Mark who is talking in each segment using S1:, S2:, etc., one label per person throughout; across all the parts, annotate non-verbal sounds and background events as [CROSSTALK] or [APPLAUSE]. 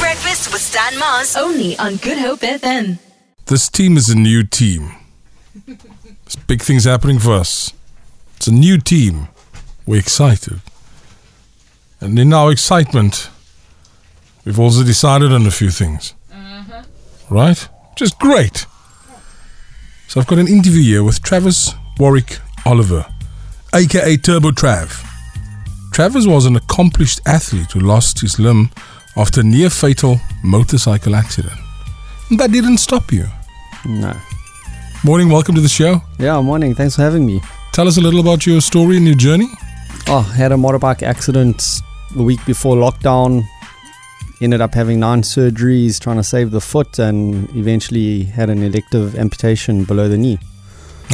S1: Breakfast with Stan Mars.
S2: Only on Good Hope FM.
S3: This team is a new team. There's big things happening for us. It's a new team. We're excited. And in our excitement, we've also decided on a few things. Right? Just great. So I've got an interview here with Travis Warwick Oliver, aka Turbo Trav. Travers was an accomplished athlete who lost his limb after a near fatal motorcycle accident. And that didn't stop you.
S4: No.
S3: Morning, welcome to the show.
S4: Yeah, morning. Thanks for having me.
S3: Tell us a little about your story and your journey.
S4: Oh, had a motorbike accident the week before lockdown. Ended up having nine surgeries trying to save the foot and eventually had an elective amputation below the knee.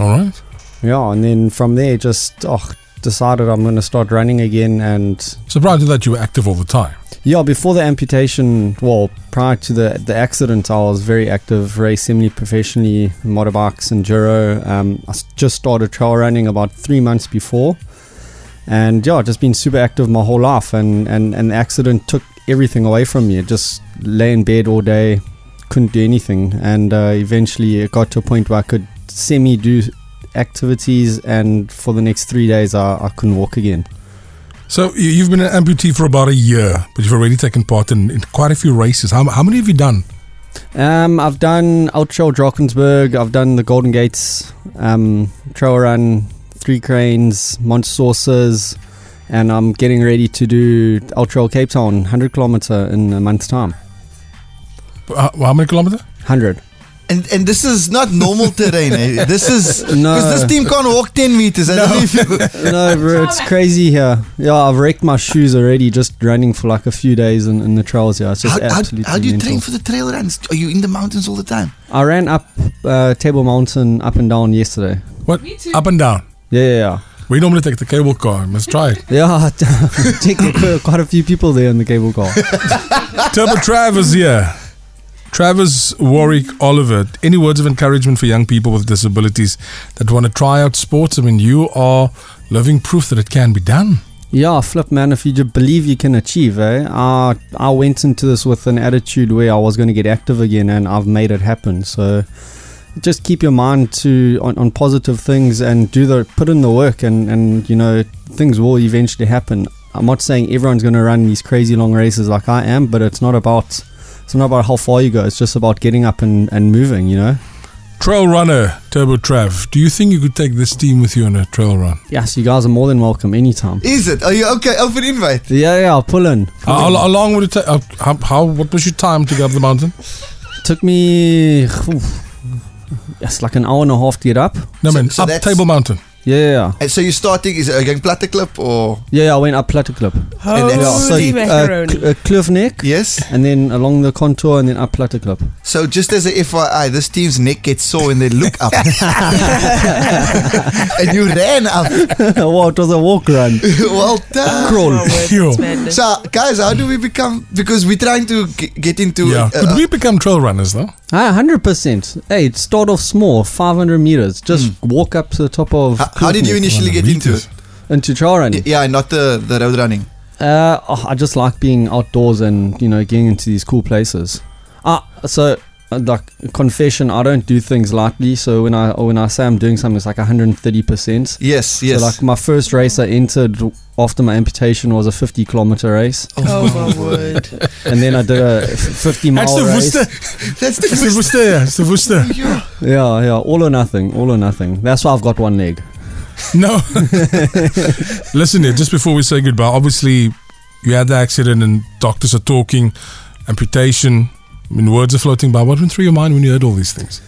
S3: All right.
S4: Yeah, and then from there just oh, decided I'm going to start running again and
S3: So prior to that, you were active all the time.
S4: Yeah, before the amputation, well, prior to the the accident, I was very active, raced semi-professionally, motorbikes, enduro. Um, I s- just started trail running about three months before, and yeah, just been super active my whole life. And and and the accident took everything away from me. I just lay in bed all day, couldn't do anything, and uh, eventually it got to a point where I could semi do activities, and for the next three days, I, I couldn't walk again.
S3: So you- you've been an amputee for about a year, but you've already taken part in, in quite a few races. How, how many have you done?
S4: Um, I've done Old Trail Drakensberg, I've done the Golden Gates, um, Trail Run, Three Cranes, Mont Saucers, and I'm getting ready to do Old Trail Cape Town, 100 kilometer in a month's time.
S3: Uh, how many kilometer?
S5: [LAUGHS]
S4: 100.
S5: And and this is not normal
S4: [LAUGHS]
S5: terrain. Eh? This is because
S4: No.
S5: this team can't walk ten meters. I don't know
S4: [LAUGHS]
S5: if you,
S4: No, bro, it's crazy here. Yeah, I've wrecked my shoes already just running for like a few days in, in the trails here. It's just
S5: how, how,
S4: absolutely
S5: how do you
S4: mental.
S5: train for the trail runs? Are you in the mountains all the time?
S4: I ran up uh, Table Mountain up and down yesterday.
S3: What? Up and down.
S4: Yeah, yeah, yeah.
S3: We normally take the cable car. Let's try it.
S4: Yeah, [LAUGHS] take quite a few people there in the cable car.
S3: Turbo Travers here. Travers Warwick Oliver. Any words of encouragement for young people with disabilities that want to try out sports? I mean, you are living proof that it can be done.
S4: Yeah, flip man, if you just believe you can achieve, eh? I, I went into this with an attitude where I was going to get active again and I've made it happen. So just keep your mind to on, on positive things and do the put in the work and, and you know things will eventually happen. I'm not saying everyone's going to run these crazy long races like I am, but it's not about it's not about how far you go. It's just about getting up and, and moving, you know?
S3: Trail runner Turbo Trav. Do you think you could take this team with you on a trail run?
S4: Yes, you guys are more than welcome anytime.
S5: Is it? Are you okay? Open invite.
S4: Yeah, yeah, I'll pull in.
S3: How, how- how long would it take? How, how? What was your time to go up the mountain?
S4: Took me. oof, It's like an hour and a half to get up.
S3: No
S5: So-
S3: man,
S5: so
S3: up
S5: that's-
S3: Table Mountain.
S4: Yeah, yeah, yeah.
S5: And so you're starting is it going platter clip or
S4: yeah, yeah I went up Platter Clip.
S5: and
S6: Holy
S5: then-
S4: Yeah, so
S6: yeah,
S4: uh,
S6: macaroni.
S4: cl- uh, Cliff Neck,
S5: yes?
S4: and then along the contour, and then up Platter Clip.
S5: So just as a FYI, this team's neck gets sore when they look
S4: [LAUGHS]
S5: up. and you ran
S4: [LAUGHS]
S5: up. [LAUGHS]
S4: wow, it was a walk run.
S5: well done.
S4: Crawl.
S5: [LAUGHS]
S6: Oh, it's
S3: [LAUGHS] Yo.
S6: madness.
S5: So guys, how do we become? Because we're trying to g- get into.
S3: Yeah.
S5: uh,
S3: could we become trail runners though?
S4: Ah, 100%. Hey, it start off small, 500 meters. Just walk up to the top of.
S5: Hmm. How, how did
S4: Kloof
S5: you
S4: Neck
S5: initially get into it?
S4: Into trail running.
S5: Yeah, not the, the road running.
S4: Uh, oh, I just like being outdoors and you know getting into these cool places. Ah, so uh, like confession, I don't do things lightly. So when I when I say I'm doing something, it's like 130 percent.
S5: Yes, yes.
S4: So like my first race I entered after my amputation was a 50 kilometer race,
S6: Oh my word.
S4: [LAUGHS] and then I did a f- 50
S3: That's
S4: mile
S3: the
S4: race.
S3: Worcester.
S5: [LAUGHS]
S3: That's
S5: That's the [LAUGHS]
S3: the
S5: first.
S3: Worcester. yeah, [LAUGHS] It's the Worcester. [LAUGHS]
S4: Yeah, yeah, all or nothing, all or nothing. That's why I've got one leg.
S3: No. [LAUGHS] Listen here, just before we say goodbye, obviously you had the accident and doctors are talking, amputation. I mean, words are floating by. What went through your mind when you heard all these things?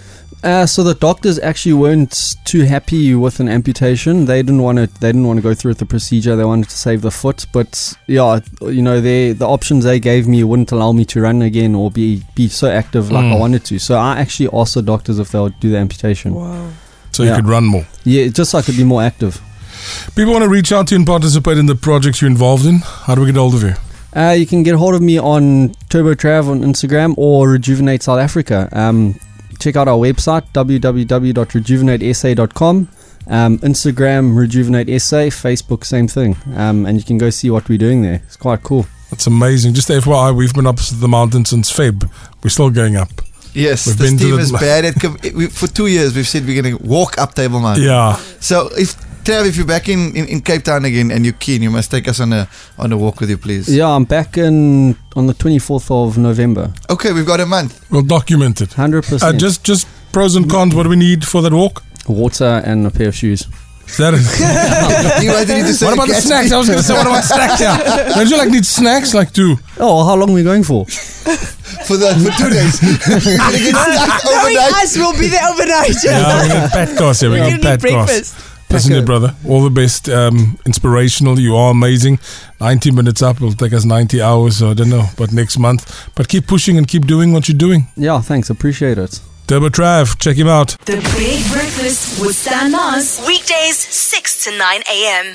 S4: Uh, so the doctors actually weren't too happy with an amputation. They didn't want to. They didn't want to go through with the procedure. They wanted to save the foot. But yeah, you know, they the options they gave me wouldn't allow me to run again or be be so active like I
S3: Mm.
S4: wanted to. So I actually asked the doctors if they would do the amputation.
S6: Wow.
S3: So you
S4: Yeah.
S3: could run more.
S4: Yeah, just so I could be more active.
S3: People want to reach out to you and participate in the projects you're involved in. How do we get hold of you?
S4: Uh, you can get hold of me on TurboTrav on Instagram or Rejuvenate South Africa. Um, check out our website, www.rejuvenatesa.com. Um, Instagram, Rejuvenate SA, Facebook, same thing. Um, and you can go see what we're doing there. It's quite cool.
S3: That's amazing. Just FYI, we've been up to the mountain since Feb. We're still going up.
S5: Yes,
S3: We've
S5: this
S3: been to
S5: team
S3: the- [LAUGHS]
S5: is bad at. Com- we, for two years, we've said we're going to walk up Table Mountain.
S3: Yeah.
S5: So if Trav, if you're back in, in, in Cape Town again and you're keen, you must take us on a on a walk with you, please.
S4: Yeah, I'm back in on the 24th of November.
S5: Okay, we've got a [LAUGHS] month.
S3: We'll document it.
S4: 100%
S3: Uh, just just pros and cons. What do we need for that walk?
S4: water and a pair of shoes.
S3: That [LAUGHS] is.
S5: You wanted you to say
S3: what about the
S5: Gatsby.
S3: snacks? I was going to say, what about snacks? Yeah. Don't you like need snacks? Like to
S4: Oh, how long are we going for?
S5: [LAUGHS] for the for two [LAUGHS] days? You're gonna get stuck
S1: Knowing
S5: overnight.
S1: us, we'll be there overnight.
S3: [LAUGHS] yeah, we got Pat Cos here. We
S1: We're
S3: got
S1: gonna need
S3: Pat Cos.
S1: breakfast.
S3: Listen to
S5: Packer.
S3: you, brother. All the best. Um, inspirational. You are amazing. 90 minutes up. It'll take us 90 hours. So I don't know. But next month. But keep pushing and keep doing what you're doing.
S4: Yeah, thanks. Appreciate it.
S3: Turbo Trav. Check him out.
S2: The Big Breakfast with Stan Mars.
S6: Weekdays, 6 to 9 a.m.